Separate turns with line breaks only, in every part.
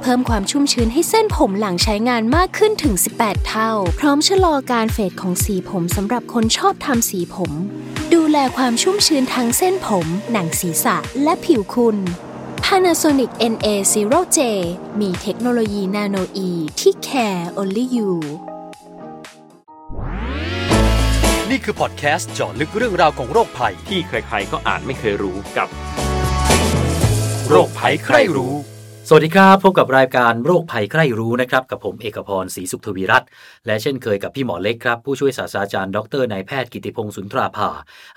เพิ่มความชุ่มชื้นให้เส้นผมหลังใช้งานมากขึ้นถึง 18 เท่า พร้อมชะลอการเฟดของสีผมสำหรับคนชอบทำสีผม ดูแลความชุ่มชื้นทั้งเส้นผม หนังศีรษะและผิวคุณ Panasonic NA0J มีเทคโนโลยีนาโนอีที่ care only you
นี่คือพอดแคสต์เจาะลึกเรื่องราวของโรคภัย
ที่ใครๆก็อ่านไม่เคยรู้กับ
โรคภัยใครรู้
สวัสดีครับ พบกับรายการโรคภัยใกล้รู้นะครับ กับผมเอกพรศรีสุขทวีรัตน์และเช่นเคยกับพี่หมอเล็กครับ ผู้ช่วยศาสตราจารย์ดรนายแพทย์กิติพงศ์สุนทราภา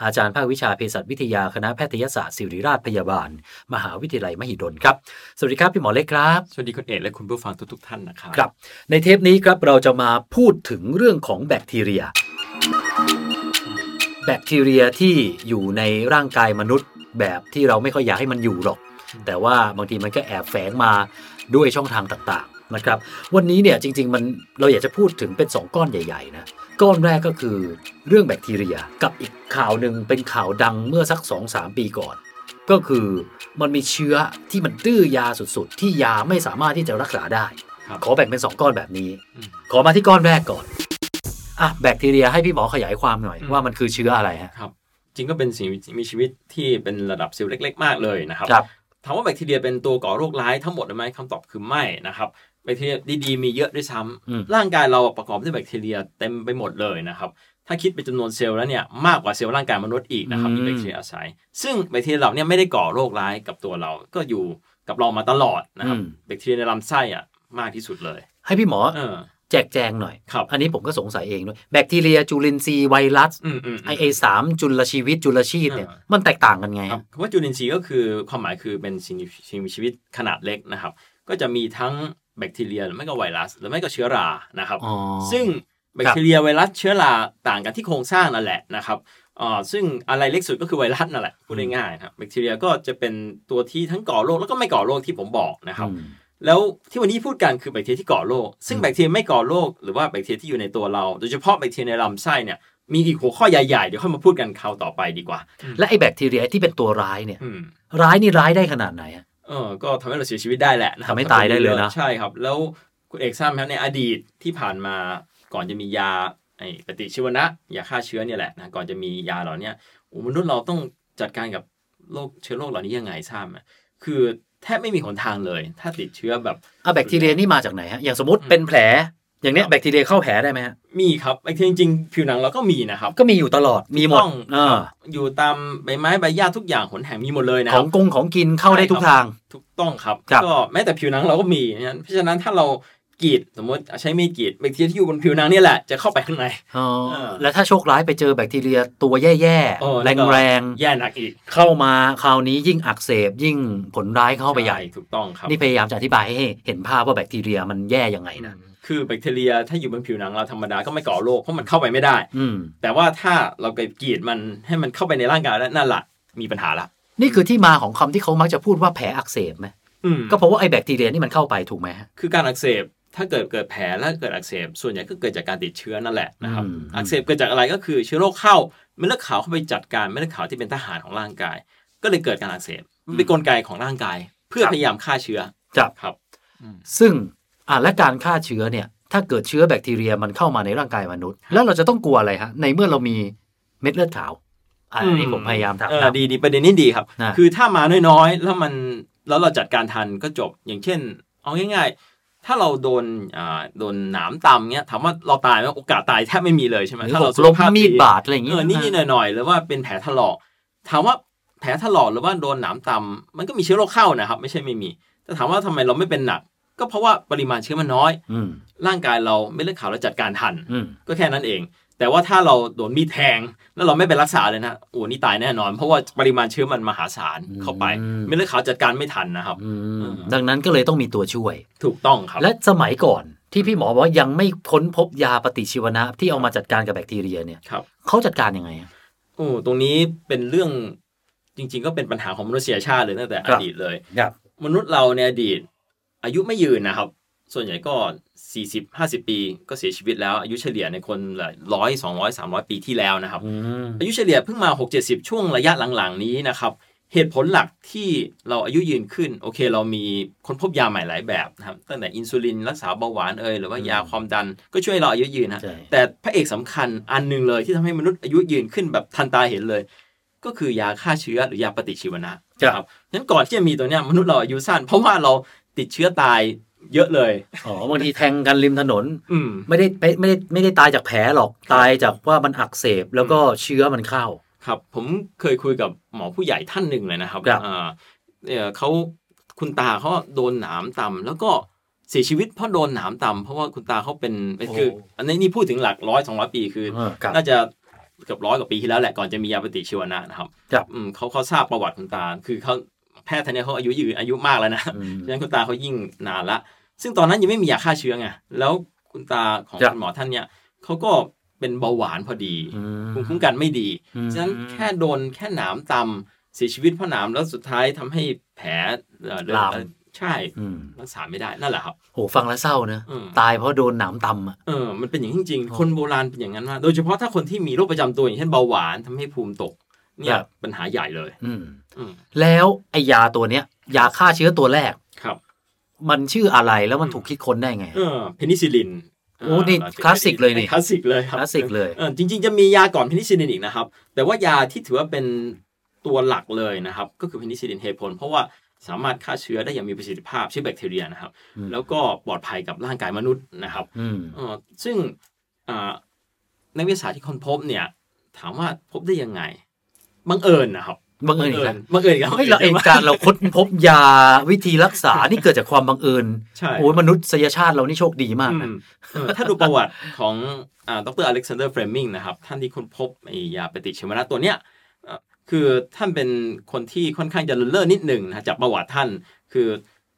อาจารย์ภาควิชาเภสัชวิทยาคณะแพทยศาสตร์ศิริราชพยาบาล มหาวิทยาลัยมหิดลครับ สวัสดีครับพี่หมอเล็กครับ
สวัสดีคุณเอกและคุณผู้ฟังทุกๆท่านนะครับ
ครับ ในเทปนี้ครับเราจะมาพูดถึงเรื่องของแบคทีเรีย แบคทีเรียที่อยู่ในร่างกายมนุษย์แบบที่เราไม่ค่อยอยากให้มันอยู่หรอก แต่ว่าบางทีมันก็แอบแฝงมาด้วยช่องทางต่างๆนะครับ วันนี้เนี่ยจริง ๆ มันเราอยากจะพูดถึงเป็น 2 ก้อนใหญ่ๆนะก้อนแรกก็คือเรื่องแบคทีเรียกับอีกข่าวหนึ่งเป็นข่าวดังเมื่อสัก 2-3 ปีก่อน ก็คือมันมีเชื้อที่มันดื้อยาสุดๆ ที่ยาไม่สามารถที่จะรักษาได้
ครับ
ขอแบ่งเป็น 2 ก้อนแบบนี้
อืม
ขอมาที่ก้อนแรกก่อนอ่ะแบคทีเรียให้พี่หมอขยายความหน่อย
อืม
ว่ามันคือเชื้ออะไรฮะ
ครับจริงก็เป็นสิ่งมีชีวิตที่เป็นระดับเซลล์เล็ก ๆ มากเลยนะครับ
ครับ
ถามว่าแบคทีเรียเป็นตัวก่อโรคร้ายทั้งหมดหรือไหมคำตอบคือไม่นะครับแบคทีเรียดีๆมีเยอะด้วยซ้ำ
อืม
ร่างกายเราประกอบด้วยแบคทีเรียเต็มไปหมดเลยนะครับถ้าคิดเป็นจำนวนเซลล์แล้วเนี่ยมากกว่าเซลล์ร่างกายมนุษย์อีกนะครับ
อืม
มีแบคทีเรียอาศัย ซึ่งแบคทีเรียเหล่าเนี้ไม่ได้ก่อโรคร้ายกับตัวเราก็อยู่กับเรามาตลอดนะครับแบคทีเรียในลำไส้อ่ะมากที่สุดเลย
ให้พี่หมอ
เออ
แจกแจงหน่อย
ครับ
อันนี้ผมก็สงสัยเองด้วยแบคทีเรียจุลินทรีย์ไวรัส
อืมอืม
ไอ
อืม
เอสามจุลชีวิตจุลชีพเนี่ย
อ่ามั
มันแตกต่างกันไง
ครับคำว่าจุลินทรีย์ก็คือความหมายคือเป็นสิ่งมีสิ่งมีชีวิตขนาดเล็กนะครับ ก็จะมีทั้งแบคทีเรียหรือไม่ก็ไวรัส หรือไม่ก็เชื้อรานะครับ
อ๋อ
ซึ่งแบคทีเรียไวรัสเชื้อราต่างกันที่โครงสร้างนั่นแหละนะครับอ่าซึ่งอะไรเล็กสุดก็คือไวรัสนั่นแหละพูดง่ายๆนะครับแบคทีเรียก็จะเป็นตัวที่ทั้งก่อโรคแล้วก็ไม่ก่อโรคที่ผมบอกนะครับ
อืม
แล้วที่วันนี้พูดกันคือแบคทีเรียที่ก่อโรค ซึ่งแบคทีเรียไม่ก่อโรคหรือว่าแบคทีเรียที่อยู่ในตัวเรา โดยเฉพาะแบคทีเรียในลำไส้เนี่ยมีอีกหัวข้อใหญ่ๆเดี๋ยวค่อยมาพูดกันคราวต่อไปดีกว่า
และไอแบคทีเรียที่เป็นตัวร้ายเนี่ย
อืม
ร้ายนี่ร้ายได้ขนาดไหนอะ
เออก็ทำให้เราเสียชีวิตได้แหละนะครับ
ทำให้ตายได้เลยนะ
ใช่ครับ แล้วคุณเอกทราบไหมครับในอดีตที่ผ่านมาก่อนจะมียาไอปฏิชีวนะยาฆ่าเชื้อเนี่ยแหละนะก่อนจะมียาเหล่าเนี้ยโอ้มนุษย์เราต้องจัดการกับโรคเชื้อโรคเหล่านี้ยังไงทราบไหมคือแทบไม่มีหนทางเลย ถ้าติดเชื้อแบบ
เอาแบคทีเรียนี่มาจากไหนฮะอย่างสมมติเป็นแผล อย่างเนี้ยแบคทีเรียเข้าแผลได้ไหมฮะ
มีครับไอทีจริงๆผิวหนังเราก็มีนะครับ
ก็มีอยู่ตลอดมีหมด
ต้อง
เออ
อยู่ตามใบไม้ใบหญ้าทุกอย่างหนแห่งมีหมดเลยนะ
ข
ค
อ
รั
ง
บ
กงของกินเข้าได้ทุกทาง
ถูกต้องครับ
ครับ
ก็แม้แต่ผิวหนังเราก็มีนะเพราะฉะนั้นถ้าเรากรีดสมมติใช้มีดกรีดแบคทีเรียที่อยู่บนผิวหนังเนี่ยแหละจะเข้าไปข้างใน
อ๋อ
เออ
แล้วถ้าโชคร้ายไปเจอแบคทีเรียตัวแย่
เออ
ๆ
แล้
แร
ว
ง
ก็
ๆ
แย่หนักอีก
เข้ามาคราวนี้ยิ่งอักเสบยิ่งผลร้ายเข้าไปใหญ่
ถูกต้องครับ
นี่พยายามจะอธิบายให้เห็นภาพว่าแบคทีเรียมันแย่ยังไงนะ
คือแบคทีเรียถ้าอยู่บนผิวหนังเราธรรมดาก็ไม่ก่อโรคเพราะมันเข้าไปไม่ได้
อืม
แต่ว่าถ้าเราไปกรีดมันให้มันเข้าไปในร่างกายแล้วนั่นแหละมีปัญหาละ
นี่คือที่มาของคำที่เขามักจะพูดว่าแผลอักเสบไหม
อืม
ก็เพราะว่าไอ้แบคทีเรียนี่มันเข้าไปถูกไหมฮะ
คือการอักเสบถ้าเกิดเกิดแผลแล้วเกิดอักเสบ ส่วนใหญ่ก็เกิดจากการติดเชื้อนั่นแหละนะครับ
อืม
อักเสบเกิดจากอะไรก็คือเชื้อโรคเข้าเม็ดเลือดขาวเข้าไปจัดการเม็ดเลือดขาวที่เป็นทหารของร่างกาย ก็เลยเกิดการอักเสบมันเป็นกลไกของร่างกาย เพื่อพยายามฆ่าเชื้อ
จับ
ครับ
ซึ่งอ่ะและการฆ่าเชื้อเนี่ย ถ้าเกิดเชื้อแบคทีเรียมันเข้ามาในร่างกายมนุษย์ แล้วเราจะต้องกลัวอะไรฮะ ในเมื่อเรามีเม็ดเลือดขาวอ่ะอันนี้
อืม
ผมพยายามถาม
เออ
นะ
ดีดีประเด็นนี้ดีครับ
นะ
คือถ้ามาน้อยๆ แล้วมันแล้วเราจัดการทันก็จบอย่างเช่น เอาง่าย ๆ ถ้าเราโดนอ่าโดนหนามตำเงี้ยถามว่าเราตายไหมโอกาสตายแทบไม่มีเลยใช่ไหม
หรือ
ถ้า
ห
เรา
ก
สุข
ล้ม
ภาพ
มีดบาดอะไรอย่าง
เอ
งี้
อนิดๆหน่อยๆหรือว่าเป็นแผลถลอกถามว่าแผลถลอกหรือว่าโดนหนามตำมันก็มีเชื้อโรคเข้านะครับ ไม่ใช่ไม่มี แต่ถามว่าทำไมเราไม่เป็นหนัก ก็เพราะว่าปริมาณเชื้อมันน้อย
อืม
ร่างกายเราไม่เลือดขาวเราจัดการทัน
อืม
ก็แค่นั้นเอง แต่ว่าถ้าเราโดนมีดแทง แล้วเราไม่ไปรักษาเลยนะโอ้นี่ตายแน่นอน เพราะว่าปริมาณเชื้อมันมหาศาลเข้าไปไม่เลือดขาวจัดการไม่ทันนะครับ
อื
เอ
ม
อ
ดังนั้นก็เลยต้องมีตัวช่วย
ถูกต้องครับ
และสมัยก่อนที่พี่หมอบอกว่ายังไม่ค้นพบยาปฏิชีวนะ ที่เอามาจัดการกับแบคทีเรียเนี่ย
ครับ
เขาจัดการยังไงอะ
โอ้ตรงนี้เป็นเรื่อง จริง ๆ ก็เป็นปัญหาของมนุษยชาติเลยตั้งแต่อดีตเลย
ครับ
มนุษย์เราในอดีต อายุไม่ยืนนะครับ ส่วนใหญ่ก็ 40 50 ปีก็เสียชีวิตแล้ว อายุเฉลี่ยในคนละร้อยสองร้อยสามร้อยปีที่แล้วนะครับ
อืม
อายุเฉลี่ยเพิ่งมา 6 7 0 ช่วงระยะหลัง ๆ นี้นะครับ เหตุผลหลักที่เราอายุยืนขึ้น โอเค เรามีค้นพบยาใหม่หลายแบบนะครับตั้งแต่อินซูลินรักษาเบาหวานเอยหรือว่ายาความดันก็ช่วยให้เราอายุยืนฮะ
ใช่
แต่พระเอกสำคัญอันหนึ่งเลยที่ทำให้มนุษย์อายุยืนขึ้นแบบทันตาเห็นเลย ก็คือยาฆ่าเชื้อหรือยาปฏิชีวนะ ครับนั้นก่อนที่จะมีตัวเนี้ยมนุษย์เราอายุสั้น เพราะว่าเราติดเชื้อตายเยอะเลย
อ๋อบางทีแทงกันริมถนน
อืม
ไม่ได้ไปไม่ได้ไม่ได้ตายจากแผลหรอกตายจากว่ามันอักเสบแล้วก็เชื้อมันเข้า
ครับ ผมเคยคุยกับหมอผู้ใหญ่ท่านหนึ่งเลยนะครับ
ครับ
เอ่อเอ่อเขาคุณตาเขาโดนหนามตำแล้วก็เสียชีวิตเพราะโดนหนามตำเพราะว่าคุณตาเขาเป็นเป็นคือ
โอ้
อันนี้นี่พูดถึงหลักร้อยสองร้อยปีคือ
อ่าครับ
น่าจะเกือบร้อยกว่าปีที่แล้วแหละก่อนจะมียาปฏิชีวนะนะครับ
ครับ
อืมเขาเขาทราบประวัติคุณตา คือเขาแพทย์ท่านเนี้ยเขาอายุยืนอายุมากแล้วนะ
อืม
ฉะนั้นคุณตาเขายิ่งนานละ ซึ่งตอนนั้นยังไม่มียาฆ่าเชื้อไง แล้วคุณตาของ
ครับ
คุณหมอท่านเนี่ยเขาก็เป็นเบาหวานพอดี
อืม
ภูมิคุ้มกันไม่ดี
อืม
ฉะนั้นแค่โดนแค่หนามตำเสียชีวิตเพราะหนามแล้วสุดท้ายทำให้แผลเอ่อเดินเอ่อใช่
อืม
รักษาไม่ได้นั่นแหละครับ
โหฟังแล้วเศร้านะ
อืม
ตายเพราะโดนหนามตำอะ
เออมันเป็นอย่างนั้นจริงๆ คนโบราณเป็นอย่างนั้นมากโดยเฉพาะถ้าคนที่มีโรคประจำตัวอย่างเช่นเบาหวานทำให้ภูมิตก เนี่
ค
ย
รับ
ปัญหาใหญ่เลย
อืม
อืม
แล้วไอยาตัวเนี้ยยาฆ่าเชื้อตัวแรก
ครับ
มันชื่ออะไรแล้วมันถูกคิดค้นได้ไง
เออเพนิซิลิน
โอ้นี่คลาสสิกเลยนี่
คลาสสิกเลยครับ
คลาสสิกเลย
ออจริง ๆ จะมียาก่อนเพนิซิลินอีกนะครับ แต่ว่ายาที่ถือว่าเป็นตัวหลักเลยนะครับ ก็คือเพนิซิลินเฮโพนเพราะว่าสามารถฆ่าเชื้อได้อย่างมีประสิทธิภาพเชื้อแบคทีเรียนะครับ แล้วก็ปลอดภัยกับร่างกายมนุษย์นะครับ
อืม
เออซึ่งอ่านักวิทยาศาสตร์ที่ค้นพบเนี่ย ถามว่าพบได้ยังไงบังเอิญนะครับ
บังเอิญอีกแล้ว
บังเอิญครับ
เฮ้ยเราเองการเราค้นพบยาวิธีรักษา นี่เกิดจากความบังเอิญ
ใช่
โอ้ยมนุษยชาติเรานี่โชคดีมาก
อื
นะ
มเออถ้าดูประวัติของอ่าดรอเล็กซานเดอร์เฟรมิงนะครับ ท่านที่ค้นพบไอยาปฏิชีวนะตัวเนี้ยเอ่อคือท่านเป็นคนที่ค่อนข้างจะเลินเล่อนิดหนึ่งนะจากประวัติท่าน คือ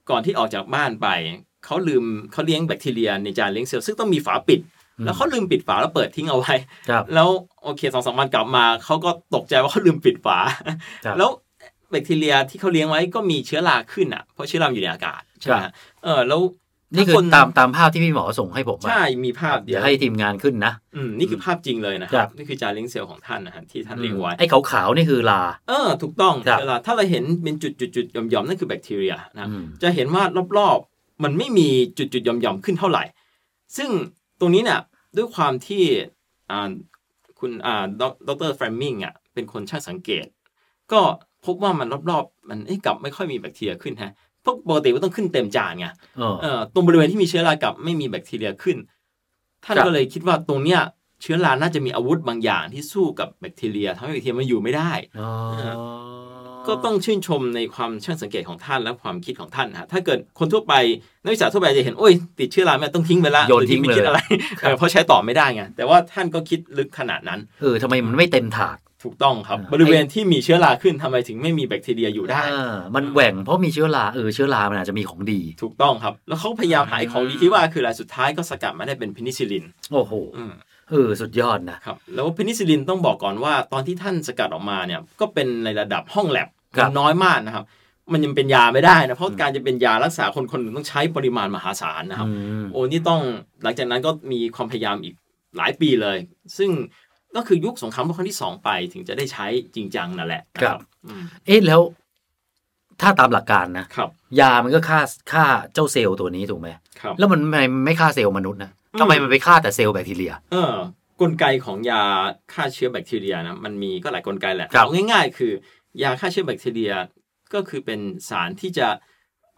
ก่อนที่ออกจากบ้านไป เขาลืมเขาเลี้ยงแบคทีเรียในจานเลี้ยงเซลล์ซึ่งต้องมีฝาปิด แล้วเขาลืมปิดฝาแล้วเปิดทิ้งเอาไว้
ครับ
แล้วโอเคสองสามวันกลับมาเขาก็ตกใจว่าเขาลืมปิดฝา
ครับ
แล้วแบคทีเรียที่เขาเลี้ยงไว้ก็มีเชื้อราขึ้นอ่ะเพราะเชื้อราอยู่ในอากาศใช่ไหมฮะเออแล้ว
นี่คือ
ถ้
ตามตามภาพที่พี่หมอส่งให้ผมอะ
ใช่มีภาพ
เดี๋ยวให้ทีมงานขึ้นนะ
อืมนี่คือภาพจริงเลยนะค
ครั
รับ
บ
นี่คือจาริงเซลล์ของท่านนะฮะที่ท่านเลี้ยงไว้
ไอ้ขาวๆนี่คือลา
เออ ถูกต้อง
ครับ
เวลาถ้าเราเห็นเป็นจุดจุดจุดๆๆหย่อมๆนั่นคือแบคทีเรียนะ
อืม
จะเห็นว่ารอบๆ มันไม่มีจุดจุดๆหย่อมๆขึ้นเท่าไหร่ ซึ่งตรงนี้เนี่ยด้วยความที่อ่าคุณอ่าดรแฟรมิงอ่ะเป็นคนช่างสังเกต ก็พบว่ามันรอบๆ มันเอ๊ะกลับไม่ค่อยมีแบคทีเรียขึ้นฮะเพราะปกติมันต้องขึ้นเต็มจานไง
เออ
เอ่อตรงบริเวณที่มีเชื้อรากลับไม่มีแบคทีเรียขึ้น ท่าน
ครับ
ก็เลยคิดว่าตรงเนี้ยเชื้อราน่าจะมีอาวุธบางอย่างที่สู้กับแบคทีเรียทำให้แบคทีเรียมันอยู่ไม่ได้
อ๋อ
ก็ต้องชื่นชมในความช่างสังเกตของท่านและความคิดของท่านนะฮะถ้าเกิดคนทั่วไปนักวิชาทั่วไปจะเห็นโอ้ยติดเชื้อราไม่ต้องทิ้งไปละ
โยนทิ้ง
หรื
เลย
อไม่คิดอะไรเออเพราะใช้ต่อไม่ได้ไงแต่ว่าท่านก็คิดลึกขนาดนั้น
เออทำไมมันไม่เต็มถาด
ถูกต้องครับ
อ่า
บริเวณที่มีเชื้อราขึ้นทำไมถึงไม่มีแบคทีเรียอยู่ได้
อ่ามันแหว่งเพราะมีเชื้อราเออเชื้อรามันอาจจะมีของดี
ถูกต้องครับ แล้วเขาพยายามหาไอ้ของดีที่ว่าคืออะไรสุดท้ายก็สกัดมาได้เป็นเพนิซิลลิน
โอ้โห
อืม
เออสุดยอดนะ
ครับแล้วเพนิซิลลินต้องบอกก่อนว่าตอนที่ท่านสกัดออกมาเนี่ยก็เป็นในระดับห้องแลบ
ครับ
มันน้อยมากนะครับ มันยังเป็นยาไม่ได้นะ เพราะการจะเป็นยารักษาคนคนหนึ่งต้องใช้ปริมาณมหาศาลนะครับ โอ้นี่ต้องหลังจากนั้นก็มีความพยายามอีกหลายปีเลย ซึ่งก็คือยุคสงครามโลกครั้งที่สองไปถึงจะได้ใช้จริงจังนั่นแหละนะครับ
เอ๊ะแล้ว ถ้าตามหลักการนะ
ครับ
ยามันก็ฆ่าฆ่าเจ้าเซลล์ตัวนี้ถูกไหม
ครับ
แล้วมันทำไมไม่ฆ่าเซลล์มนุษย์นะทำไมมันไปฆ่าแต่เซลล์แบคทีเรีย
เออกลไกของยาฆ่าเชื้อแบคทีเรียนะมันมีก็หลายกลไกแหละ
ครับ
เอาง่าย ๆ คือ ยาฆ่าเชื้อแบคทีเรียก็คือเป็นสารที่จะ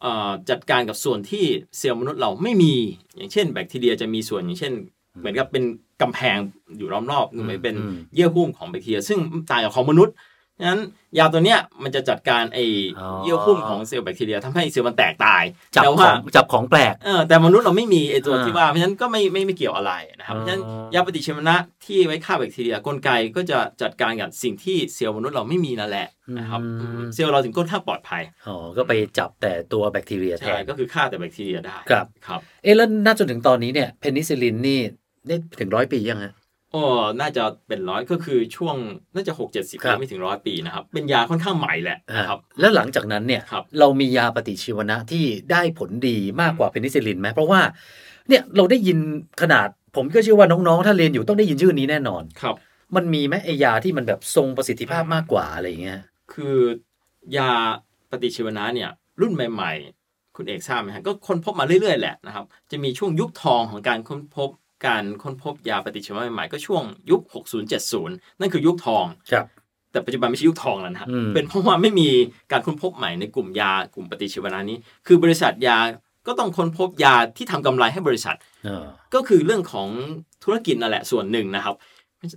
เอ่อจัดการกับส่วนที่เซลล์มนุษย์เราไม่มี อย่างเช่น แบคทีเรียจะมีส่วนอย่างเช่น เหมือนกับเป็นกำแพงอยู่ล้อมรอบหรือไม่เป็นเยื่อหุ้มของแบคทีเรีย ซึ่งต่างกับของมนุษย์ฉะนั้นยาตัวเนี้ยมันจะจัดการไอเยื่อหุ้มของเซลล์แบคทีเรียทำให้เซลล์มันแตกตาย
จับ
แต่
ข
ว่า
องจับของแปลก
เออแต่มนุษย์เราไม่มีไอตัว
อ่า
ที่ว่าเพราะฉะนั้นก็ไม่ไม่ไม่เกี่ยวอะไรนะครับ
อ๋อ
เพราะฉะนั้นยาปฏิชีวนะที่ไว้ฆ่าแบคทีเรียกลไกก็จะจัดการกับสิ่งที่เซลล์มนุษย์เราไม่มีนั่นแหละนะครับอืมเซลล์เราถึงค่อนข้างปลอดภัย
อ๋อก็ไปจับแต่ตัวแบคทีเรียแท
ใช่
น
ก็คือฆ่าแต่แบคทีเรียได้
ครับ
ครับ
เอ๊ะแล้วน่าจนถึงตอนนี้เนี่ยเพนิซิลินนี่ได้ถึงร้อยปียังฮะ
โอ้น่าจะเป็นร้อยก็คือช่วงน่าจะหกเจ็ดสิบ
ครับ
ไม่ถึงร้อยปีนะครับ เป็นยาค่อนข้างใหม่แหละนะครับ
แล้วหลังจากนั้นเนี่ย
ครับ
เรามียาปฏิชีวนะที่ได้ผลดีมากกว่าเพนิซิลลินไหมเพราะว่าเนี่ยเราได้ยินขนาดผมก็เชื่อว่าน้องๆ ถ้าเรียนอยู่ต้องได้ยินชื่อนี้แน่นอน
ครับ
มันมีไหมไอยาที่มันแบบทรงประสิทธิภาพมากกว่าอะไรอย่างเงี้ย
คือยาปฏิชีวนะเนี่ยรุ่นใหม่ ๆ คุณเอกทราบไหมฮะก็ค้นพบมาเรื่อยๆแหละนะครับจะมีช่วงยุคทองของการค้นพบการค้นพบยาปฏิชีวนะใหม่ๆก็ช่วงยุค 6070 นั่นคือยุคทอง
ครับ
แต่ปัจจุบันไม่ใช่ยุคทองแล้วนะฮะ
อืม
เป็นเพราะว่าไม่มีการค้นพบใหม่ในกลุ่มยากลุ่มปฏิชีวนะนี้ คือบริษัทยาก็ต้องค้นพบยาที่ทำกำไรให้บริษัท
เออ
ก็คือเรื่องของธุรกิจนั่นแหละส่วนหนึ่งนะครับ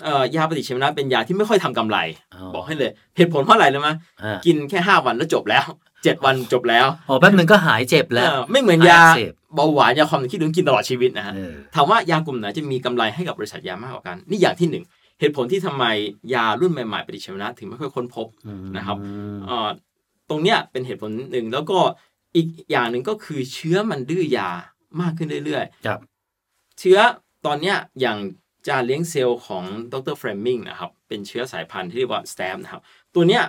เอ่อยาปฏิชีวนะเป็นยาที่ไม่ค่อยทำกำไร
อ๋อ
บอกให้เลยเหตุผลเพราะอะไรรู้ไหม
อ่ะ
กินแค่ 5 วันแล้วจบแล้ว 7 วันจบแล้ว
อ๋อแป๊บหนึ่งก็หายเจ็บแล้ว
เอ่อไม่เหมือนยา
อักเสบ
เบาหวานยาความดันที่ดึงกินตลอดชีวิตนะฮะ
เออ
ถามว่ายากลุ่มไหนจะมีกำไรให้กับบริษัทยามากกว่ากัน นี่อย่างที่หนึ่งเหตุผลที่ทำไมยารุ่นใหม่ๆปฏิชีวนะถึงไม่ค่อยค้นพบ
อืม
นะครับ เอ่อตรงเนี้ยเป็นเหตุผลหนึ่งแล้วก็อีกอย่างหนึ่งก็คือเชื้อมันดื้อยามากขึ้นเรื่อยๆ
ครับ
เชื้อตอนเนี้ยอย่างจานเลี้ยงเซลล์ของดรเฟรมมิงนะครับเป็นเชื้อสายพันธุ์ที่เรียกว่าสแตมนะครับตัวเนี้ย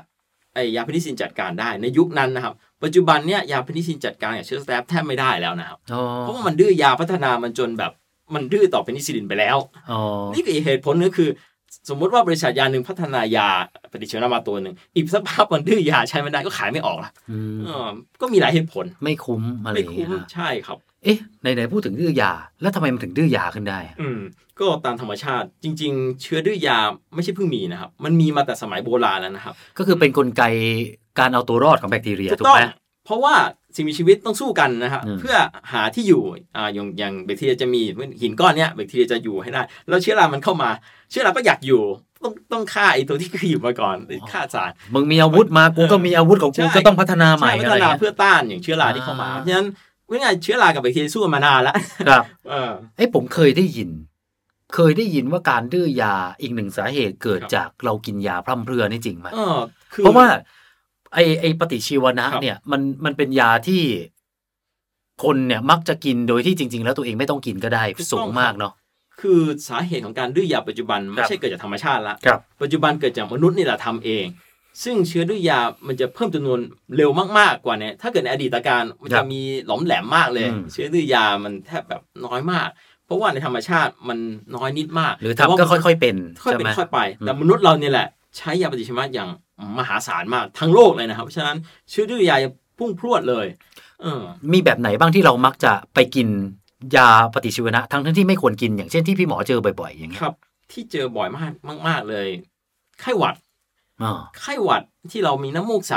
ไอยาเพนิซิลินจัดการได้ในยุคนั้นนะครับ ปัจจุบันเนี้ยยาเพนิซิลินจัดการกับเชื้อสแตมแทบไม่ได้แล้วนะครับ
อ๋อ
เพราะว่ามันดื้อยาพัฒนามันจนแบบมันดื้อต่อเพนิซิลลินไปแล้ว
อ๋อ
นี่คืออีกเหตุผลหนึงคือ สมมติว่าบริษัทยาหนึ่งพัฒนายาปฏิชีวนะมาตัวหนึ่งอีกสักพักมันดื้อยาใช้ไม่ได้ก็ขายไม่ออกละ
อืม
เออก็มีหลายเหตุผล
ไม่คุ้มอะไรอ
ไม่
ย่าง
คุ้
เงี้
ม
ยนะ
ใช่ครับ
เอ๊ะไหนๆพูดถึงดื้อยา แล้วทำไมมันถึงดื้อยาขึ้นได้อะ
อืมก็ตามธรรมชาติจริง ๆ เชื้อดื้อยาไม่ใช่เพิ่งมีนะครับ มันมีมาแต่สมัยโบราณแล้วนะครับ
ก็คือเป็นกลไกการเอาตัวรอดของแบคทีเรียถูก
ต้อ
ไห
ง
ม
เพราะว่าสิ่งมีชีวิตต้องสู้กันนะครับ
อืม
เพื่อหาที่อยู่อ่าอย่างอย่างแบคทีเรียจะมีหินก้อนเนี้ยแบคทีเรียจะอยู่ให้ได้แล้วเชื้อรามันเข้ามา เชื้อราก็อยากอยู่ต้องต้องฆ่าไอ้ตัวที่เคยอยู่มาก่อนหรือฆ่าสาร
มึงมีอาวุธมากูก็มีอาวุธของกู
ใช่
ก็ต้องพัฒนาใหม่อะ
ใช่พัฒ
ไร
นา
เงี้ย
เพื่อต้านอย่างเชื้อราที่เข้ามา
อ่า
เพราะฉะนั้นว่าไงเชื้อรากับแบคทีเรียสู้กันมานานแล้ว
ครับ
เออ
เอ้ยผมเคยได้ยิน เคยได้ยินว่าการดื้อยาอีกหนึ่งสาเหตุเกิด
ครับ
จากเรากินยาพร่ำเพรื่อนี่จริงไหม
เออคือ
เพราะว่าไอไอปฏิชีวนะครับ เนี่ยมันมันเป็นยาที่คนเนี่ยมักจะกินโดยที่จริง ๆ แล้วตัวเองไม่ต้องกินก็ได้สูงมากเนาะ
คือสาเหตุของการดื้อยาปัจจุบัน
ค
ไม่
รับ
ใช่เกิดจากธรรมชาติละ
ครับ
ปัจจุบันเกิดจากมนุษย์นี่แหละทำเอง ซึ่งเชื้อด้วยยา มันจะเพิ่มจำนวนเร็วมากๆกว่าเนี่ยถ้าเกิดในอดีตการมัน
ครั
จะ
บ
มีหลอมแหลมมากเลย
อืม
เชื้อด้วยยา มันแทบแบบน้อยมาก เพราะว่าในธรรมชาติมันน้อยนิดมาก
หรือ
แต่ว่า
ทำก็ค่อยๆเป็น
ค่อย
ใช่
เป็น
ไหม
ค่อยไป
อืม
แต่มนุษย์เราเนี่ยแหละ ใช้ยาปฏิชีวนะอย่างมหาศาลมากทั้งโลกเลยนะครับ เพราะฉะนั้นเชื้อด้วยยาจะพุ่งพรวดเลย เออ
มีแบบไหนบ้างที่เรามักจะไปกินยาปฏิชีวนะ ทั้งทั้งที่ไม่ควรกินอย่างเช่นที่พี่หมอเจอบ่อยๆ อย่างเงี้
ค
ย
รับ ที่เจอบ่อยมากมาก ๆเลย ไข้หวัด
อ๋อ
ไข้หวัดที่เรามีน้ำมูกใส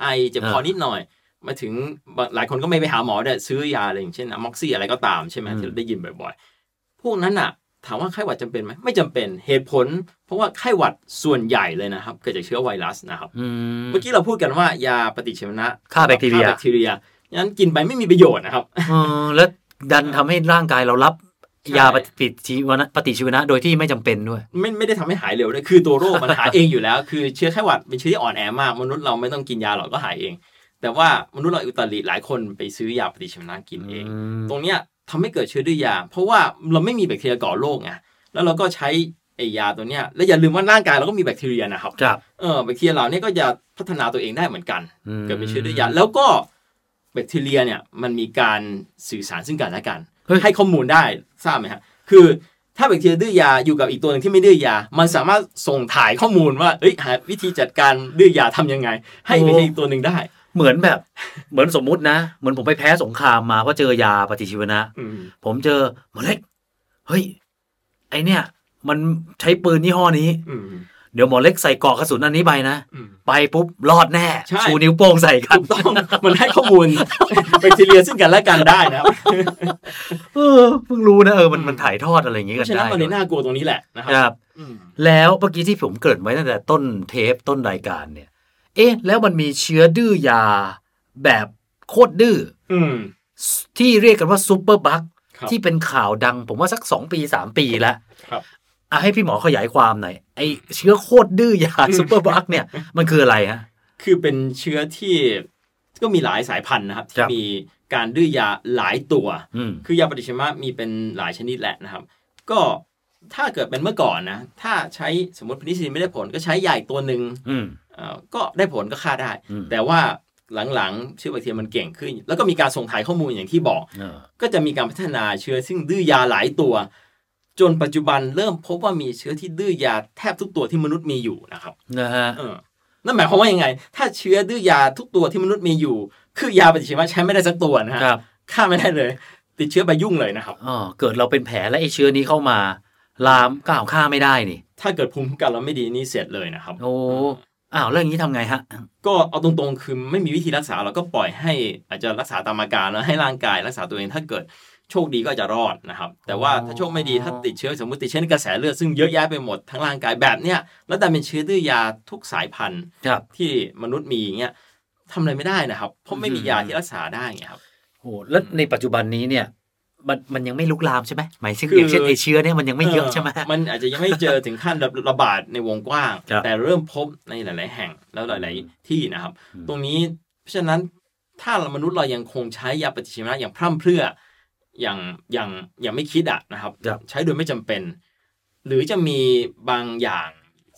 ไอเจ็บคอ
เออ
นิดหน่อย มาถึงบางหลายคนก็ไม่ไปหาหมอด้วยซื้อยาอะไรอย่างเช่นอะม็อกซี่อะไรก็ตามใช่ไหม
อืม
ที่เราได้ยินบ่อยๆ พวกนั้นอ่ะ ถามว่าไข้หวัดจำเป็นไหมไม่จำเป็นเหตุผล เพราะว่าไข้หวัดส่วนใหญ่เลยนะครับ เกิดจากเชื้อไวรัสนะครับ
อืม
เมื่อกี้เราพูดกันว่ายาปฏิชีวนะ
ฆ่าแบคทีเรีย
ฆ่าแบคทีเรียงั้นกินไปไม่มีประโยชน์นะครับ
เออแล้วดันทำให้ร่างกายเรารับ
ใช่
ยาปฏิชีวนะปฏิชีวนะ โดยที่ไม่จำเป็นด้วย
ไม่ไม่ได้ทำให้หายเร็วด้วยคือตัวโรคมันหายเองอยู่แล้ว คือเชื้อไข้หวัดเป็นเชื้อที่อ่อนแอมาก มนุษย์เราไม่ต้องกินยาหรอกก็หายเอง แต่ว่ามนุษย์เราอุตริหลายคนไปซื้อยาปฏิชีวนะกินเอง
อืม
ตรงเนี้ยทำให้เกิดเชื้อด้วยยา เพราะว่าเราไม่มีแบคทีเรียก่อโรคไงแล้วเราก็ใช้ไอยาตัวเนี้ยแล้วอย่าลืมว่าร่างกายเราก็มีแบคทีเรียนะครับ
ครับ
เออแบคทีเรียเราเนี่ยก็จะพัฒนาตัวเองได้เหมือนกัน
อืม
เกิดเป็นเชื้อด้วยยาแล้วก็แบคทีเรียเนี่ยมันมีการสื่อสารซึ่งกันและกัน
เฮ้ย
ให้ข้อมูลได้ทราบไหมฮะคือถ้าแบคทีเรียดื้อยาอยู่กับอีกตัวหนึงที่ไม่ดื้อยา มันสามารถส่งถ่ายข้อมูลว่าเอ้ยหาวิธีจัดการดื้อยาทำยังไง ให้ไปให้อีกตัวหนึ่งได้
เหมือนแบบ เหมือนสมมุตินะ เหมือนผมไปแพ้สงครามมาเพราะเจอยาปฏิชีวนะ
อืม
ผมเจอเมล็ดเฮ้ย ไอเนี่ย มันใช้ปืนยี่ห้อนี้
อืม
เดี๋ยวหมอเล็กใส่เกราะกระสุนอันนี้ไปนะ
อืม
ไปปุ๊บ รอดแน่
ใช่
ชูนิ้วโป้งใส่กัน
ถูกต้อง มันให้ข้อมูลแบคทีเรียซึ่งกันและกันได้นะครับ
เออเพิ่งรู้นะเออมัน
อืม
มันถ่ายทอดอะไรอย่างงี้
เพ
กัน
ราะฉะนั้
ได้
นมันเลยน่ากลัวตรงนี้แหละนะค
ครับ รับ
อืม
แล้วเมื่อกี้ที่ผมเกริ่นไว้ตั้งแต่ต้นเทปต้นรายการเนี่ย เอ๊ะ แล้วมันมีเชื้อดื้อยาแบบโคตรดื้อ
อืม
ที่เรียกกันว่าซูเปอร์บัค
ครับ
ที่เป็นข่าวดัง ผมว่าสักสองปีสามปีแล้ว
ครับ
อ่ะให้พี่หมอขยายความหน่อยไอเชื้อโคตรดื้อยา ซุปเปอร์บัคเนี่ย มันคืออะไรฮะ
คือเป็นเชื้อที่ก็มีหลายสายพันธุ์นะครับ
ค
ที่
รับ
มีการดื้อยาหลายตัว
อืม
คือยาปฏิชีวนะมีเป็นหลายชนิดแหละนะครับ ก็ ถ้าเกิดเป็นเมื่อก่อนนะ ถ้าใช้สมมติพินิซิลินไม่ได้ผลก็ใช้ใหญ่ตัวหนึ่ง
อืม
เอ่อก็ได้ผลก็ฆ่าได้
อืม
แต่ว่าหลังๆเชื้อแบคทีเรียมันเก่งขึ้น แล้วก็มีการส่งถ่ายข้อมูลอย่างที่บอก
เออ
ก็จะมีการพัฒนาเชื้อซึ่งดื้อยาหลายตัว จนปัจจุบันเริ่มพบว่ามีเชื้อที่ดื้อยาแทบทุกตัวที่มนุษย์มีอยู่นะครับ
นะฮะ
เออนั่นหมายความว่ายังไง ถ้าเชื้อดื้อยาทุกตัวที่มนุษย์มีอยู่ คือยาปฏิชีวนะใช้ไม่ได้สักตัวนะฮะ
ครับ
ฆ่าไม่ได้เลย ติดเชื้อไปยุ่งเลยนะครับ
อ๋อเกิดเราเป็นแผลและไอ้เชื้อนี้เข้ามา ลามก็เอาฆ่าไม่ได้นี่
ถ้าเกิดภูมิคุ้มกันเราไม่ดีนี่เสร็จเลยนะครับ
โอ้อ้าวแล้วอย่างนี้ทำไงฮะ
ก็เอาตรงๆคือไม่มีวิธีรักษาเราก็ปล่อยให้อาจจะรักษาตามอาการแล้วให้ร่างกายรักษาตัวเองถ้าเกิดโชคดีก็อาจจะรอดนะครับ แต่ว่าถ้าโชคไม่ดีถ้าติดเชื้อสมมติติดเชื้อในกระแสเลือดซึ่งเยอะแยะไปหมดทั้งร่างกายแบบเนี้ยแล้วดันเป็นเชื้อดื้อยาทุกสายพันธุ์
ครับ
ที่มนุษย์มีอย่างเงี้ยทำอะไรไม่ได้นะครับ เพราะไม่มียาที่รักษาได้ไงครับ
โอ้แล้วในปัจจุบันนี้เนี่ย มันมันยังไม่ลุกลามใช่ไหมหมายถึง
คือ
อ
อ
ย่างเช่นไอเชื้อเนี่ยมันยังไม่เยอะใช่ไหม
มันอาจจะยังไม่เจอถึงขั้นระระบาดในวงกว้าง
ครับ
แต่เริ่มพบในหลาย ๆ แห่งแล้วหลาย ๆ ที่นะครับ
อืม
ตรงนี้เพราะฉะนั้นถ้ามนุษย์เรายังคงใช้ยาปฏิชีวนะอย่างพร่ำเพรื่ออย่างอย่างอย่างไม่คิดอะนะครับ
ครับ
ใช้โดยไม่จำเป็น หรือจะมีบางอย่าง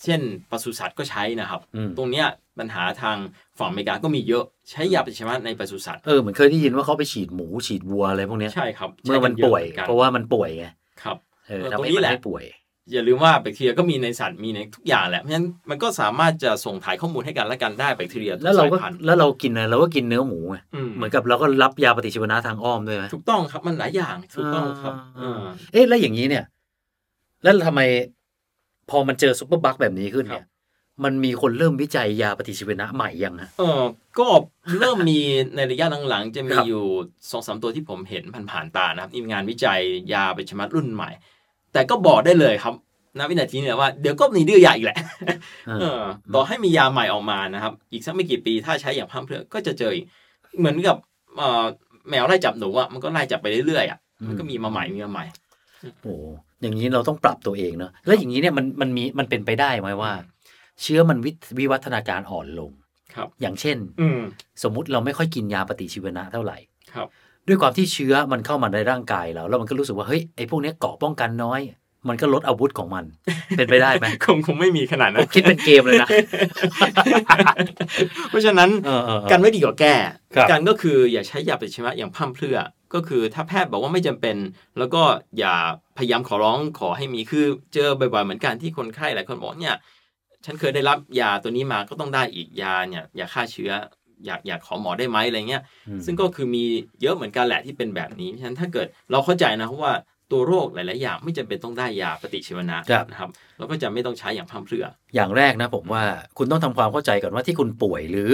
เช่นปศุสัตว์ก็ใช้นะครับ
อืม
ตรงเนี้ยปัญหาทางฝั่งอเมริกาก็มีเยอะใช้ยาปฏิชีวนะในปศุสัตว์
เออเหมือนเคยได้ยินว่าเขาไปฉีดหมูฉีดวัวอะไรพวกเนี้ย
ใช่ครับใช้
เมื่อมัน
กัยะ
ป่วย
หมือนกัน
เพราะว่ามันป่วยไง
ครับ
เออ
เออ
ทำ
ตรง
ให้
นี้
มัน
แหละ
ไม่ป่วย
อย่าลืมว่าแบคทีเรียก็มีในสัตว์มีในทุกอย่างแหละ เพราะฉะนั้นมันก็สามารถจะส่งถ่ายข้อมูลให้กันและกันได้แบคทีเรียทุ
แล้ว
ก
เรา
สาย
ก็
พันธุ์
แล้วเรากินอะไรเราก็กินเนื้อหมูไง
อืม
เหมือนกับเราก็รับยาปฏิชีวนะทางอ้อมด้วยไหม
ถูกต้องครับมันหลายอย่างถูกต้องครับ
เออ
เออ
เอ๊ะแล้วอย่างนี้เนี่ย แล้วทำไมพอมันเจอซุปเปอร์บัคแบบนี้ขึ้นเนี่
ค
ย
รับ
มันมีคนเริ่มวิจัยยาปฏิชีวนะใหม่ยังฮะ
เออก็เริ่มมีในระยะหลังๆ จะมี
ครับ
อยู่สองสามตัวที่ผมเห็นผ่านๆตานะครับนี่งานวิจัยยาเปชมัดรุ่นใหม่ แต่ก็บอกได้เลยครับณวินาทีนี้แหละว่าเดี๋ยวก็มีดื้อยาอีกแหละ
เอ
เอ
อ
อต่อให้มียาใหม่ออกมานะครับ อีกสักไม่กี่ปีถ้าใช้อย่างพร่ำเพรื่อก็จะเจออีกเหมือนกับเอ่อแมวไล่จับหนูอะมันก็ไล่จับไปเรื่อยๆอะ
อืม
มันก็มีมาใหม่มีมาใหม่
โอ้อย่างนี้เราต้องปรับตัวเองเนอะแล้วอย่างนี้เนี่ยมันมันมีมันเป็นไปได้ไหมว่า เชื้อมันวิวิวัฒนาการอ่อนลง
ครับ
อย่างเช่น
อืม
สมมุติเราไม่ค่อยกินยาปฏิชีวนะเท่าไหร่
ครับ
ด้วยความที่เชื้อมันเข้ามาในร่างกายเราแล้วมันก็รู้สึกว่าเฮ้ยไอ้พวกเนี้ยเกราะป้องกันน้อย มันก็ลดอาวุธของมัน เป็นไปได้ไหม
คงคงไม่มีขนาด
ผ
นั้
ม
น
คิดเป็นเกมเลยนะ
เพราะฉะนั้น
เออเออเออ
กันไม่ดีกว่าแก้
ครับ
กันก็คืออย่าใช้ยาปฏิชีวนะอย่างพร่ำเพรื่อ ก็คือถ้าแพทย์บอกว่าไม่จำเป็น แล้วก็อย่าพยายามขอร้องขอให้มีคือเจอบ่อยๆเหมือนกันที่คนไข้หลายคนบอกเนี่ย ฉันเคยได้รับยาตัวนี้มาก็ต้องได้อีกยาเนี่ยยาฆ่าเชื้อ อยากอยากขอหมอได้ไหมอะไรเงี้ย
อืม
ซึ่งก็คือมีเยอะเหมือนกันแหละที่เป็นแบบนี้ ฉะนั้นถ้าเกิดเราเข้าใจนะว่าตัวโรคหลาย ๆ อย่างไม่จำเป็นต้องได้ยาปฏิชีวนะครับ นะครับ เราก็จะไม่ต้องใช้อย่างพร่ำเพรื่อ
อย่างแรกนะผมว่าคุณต้องทำความเข้าใจก่อนว่าที่คุณป่วยหรือ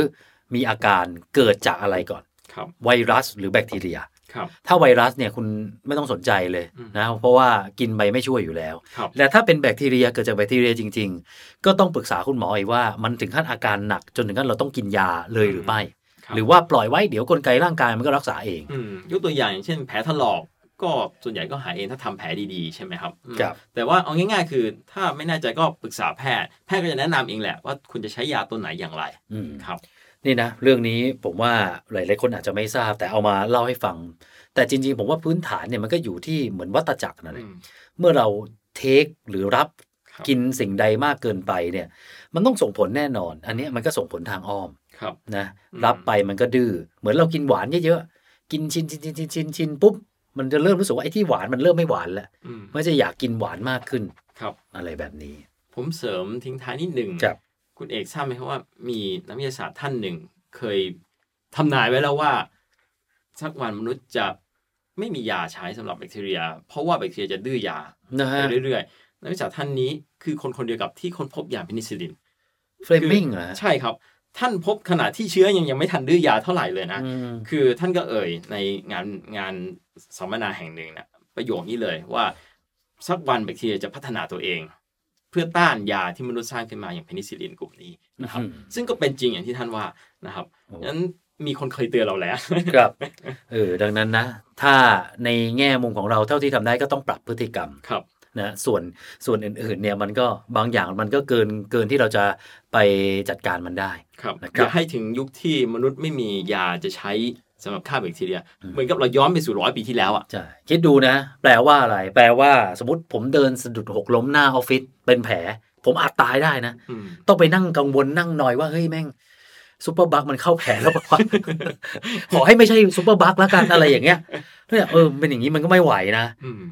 มีอาการเกิดจากอะไรก่อน
ครับ
ไวรัสหรือแบคทีเรีย
ครับ
ถ้าไวรัสเนี่ยคุณไม่ต้องสนใจเลย
อืม
นะเพราะว่ากินไปไม่ช่วยอยู่แล้ว
ครับ
แต่ถ้าเป็นแบคทีเรียเกิดจากแบคทีเรียจริง ๆ ก็ต้องปรึกษาคุณหมออีกว่ามันถึงขั้นอาการหนักจนถึงขั้นเราต้องกินยาเลยหรือไม่
ครับ
หรือว่าปล่อยไว้เดี๋ยวกลไกร่างกายมันก็รักษาเอง
อืมยกตัวอย่างอย่างเช่นแผลถลอกก็ส่วนใหญ่ก็หายเองถ้าทำแผลดีๆ ใช่ไหมครับอืม
ครับ
แต่ว่าเอาง่าย ๆ คือ ถ้าไม่แน่ใจก็ปรึกษาแพทย์ แพทย์ก็จะแนะนำเองแหละว่าคุณจะใช้ยาตัวไหนอย่างไร
อืม
ครับ
นี่นะ เรื่องนี้ผมว่าหลายๆคนอาจจะไม่ทราบแต่เอามาเล่าให้ฟัง แต่จริง ๆ ผมว่าพื้นฐานเนี่ยมันก็อยู่ที่เหมือนวัตจักรนั่นแหละ เมื่อเราเทคหรือรับ
ครับ
กินสิ่งใดมากเกินไปเนี่ย มันต้องส่งผลแน่นอน อันเนี้ยมันก็ส่งผลทางอ้อม
ครับ
นะ
อืม
รับไปมันก็ดื้อเหมือนเรากินหวานเยอะๆกินชินชินชินชินชินชินปุ๊บมันจะเริ่มรู้สึกว่าไอ้ที่หวานมันเริ่มไม่หวานแล้ว
อืม
มันจะอยากกินหวานมากขึ้น
ครับ
อะไรแบบนี้
ผมเสริมทิ้งท้ายนิดหนึ่ง
ครับ
คุณเอกทราบไหมครับว่ามีนักวิทยาศาสตร์ท่านหนึ่ง เคยทำนายไว้แล้วว่า สักวันมนุษย์จะไม่มียาใช้สำหรับแบคทีเรีย เพราะว่าแบคทีเรียจะดื้อยา
นะ
ไป
ฮะ
เรื่อยๆนักวิทยาศาสตร์ท่านนี้คือคนคนเดียวกับที่ค้นพบยาเพนิซิลลิน
เฟรมมิ่งเหรอฮะ
ใช่ครับ ท่านพบขณะที่เชื้อยังยังไม่ทันดื้อยาเท่าไหร่เลยนะ
อืม
คือท่านก็เอ่ยในงานงานสัมมนาแห่งหนึ่งนะประโยคนี้เลยว่าสักวันแบคทีเรียจะพัฒนาตัวเอง เพื่อต้านยาที่มนุษย์สร้างขึ้นมาอย่างเพนิซิลลินกลุ่มนี้นะครับ
อืม
ซึ่งก็เป็นจริงอย่างที่ท่านว่านะครับฉะนั้นมีคนเคยเตือนเราแล้ว
ครับเออดังนั้นนะ ถ้าในแง่มุมของเราเท่าที่ทำได้ก็ต้องปรับพฤติกรรม
ครับ
นะส่วนส่วนอื่นๆเนี่ยมันก็บางอย่างมันก็เกินเกินที่เราจะไปจัดการมันได้
ครับ
นะครับ
อย่าให้ถึงยุคที่มนุษย์ไม่มียาจะใช้ สำหรับค่าแบคทีเรีย เหมือนกับเราย้อนไปสู่ร้อยปีที่แล้วอ่ะ
ใช่คิดดูนะ แปลว่าอะไร แปลว่าสมมติผมเดินสะดุดหกล้มหน้าออฟฟิศเป็นแผล ผมอาจตายได้นะ
อืม
ต้องไปนั่งกังวลนั่งหน่อยว่า เฮ้ยแม่งซูเปอร์บัคมันเข้าแผลแล้วป่าวะ ขอให้ไม่ใช่ซูเปอร์บัคละกันอะไรอย่างเงี้ยเนี่ยเออเป็นอย่างนี้มันก็ไม่ไหวนะ
อืม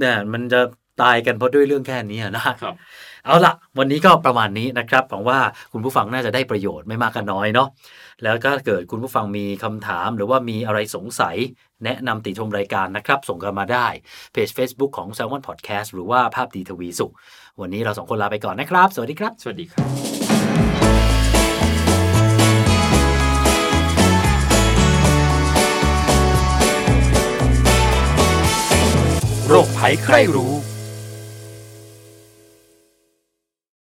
เนี่ยมันจะตายกันเพราะด้วยเรื่องแค่นี้นะ
ครับ
เอาละวันนี้ก็ประมาณนี้นะครับหวังว่าคุณผู้ฟังน่าจะได้ประโยชน์ไม่มากก็น้อยเนาะแล้วก็เกิดคุณผู้ฟังมีคำถาม หรือว่ามีอะไรสงสัย แนะนำติชมรายการนะครับ ส่งกันมาได้เพจ Facebook ของ s ซ l m o n Podcast หรือว่าภาพดีทวีสุข วันนี้เราสองคนลาไปก่อนนะครับ สวัสดีครับ
สวัสดีครับ
โรคภัยไข้รู้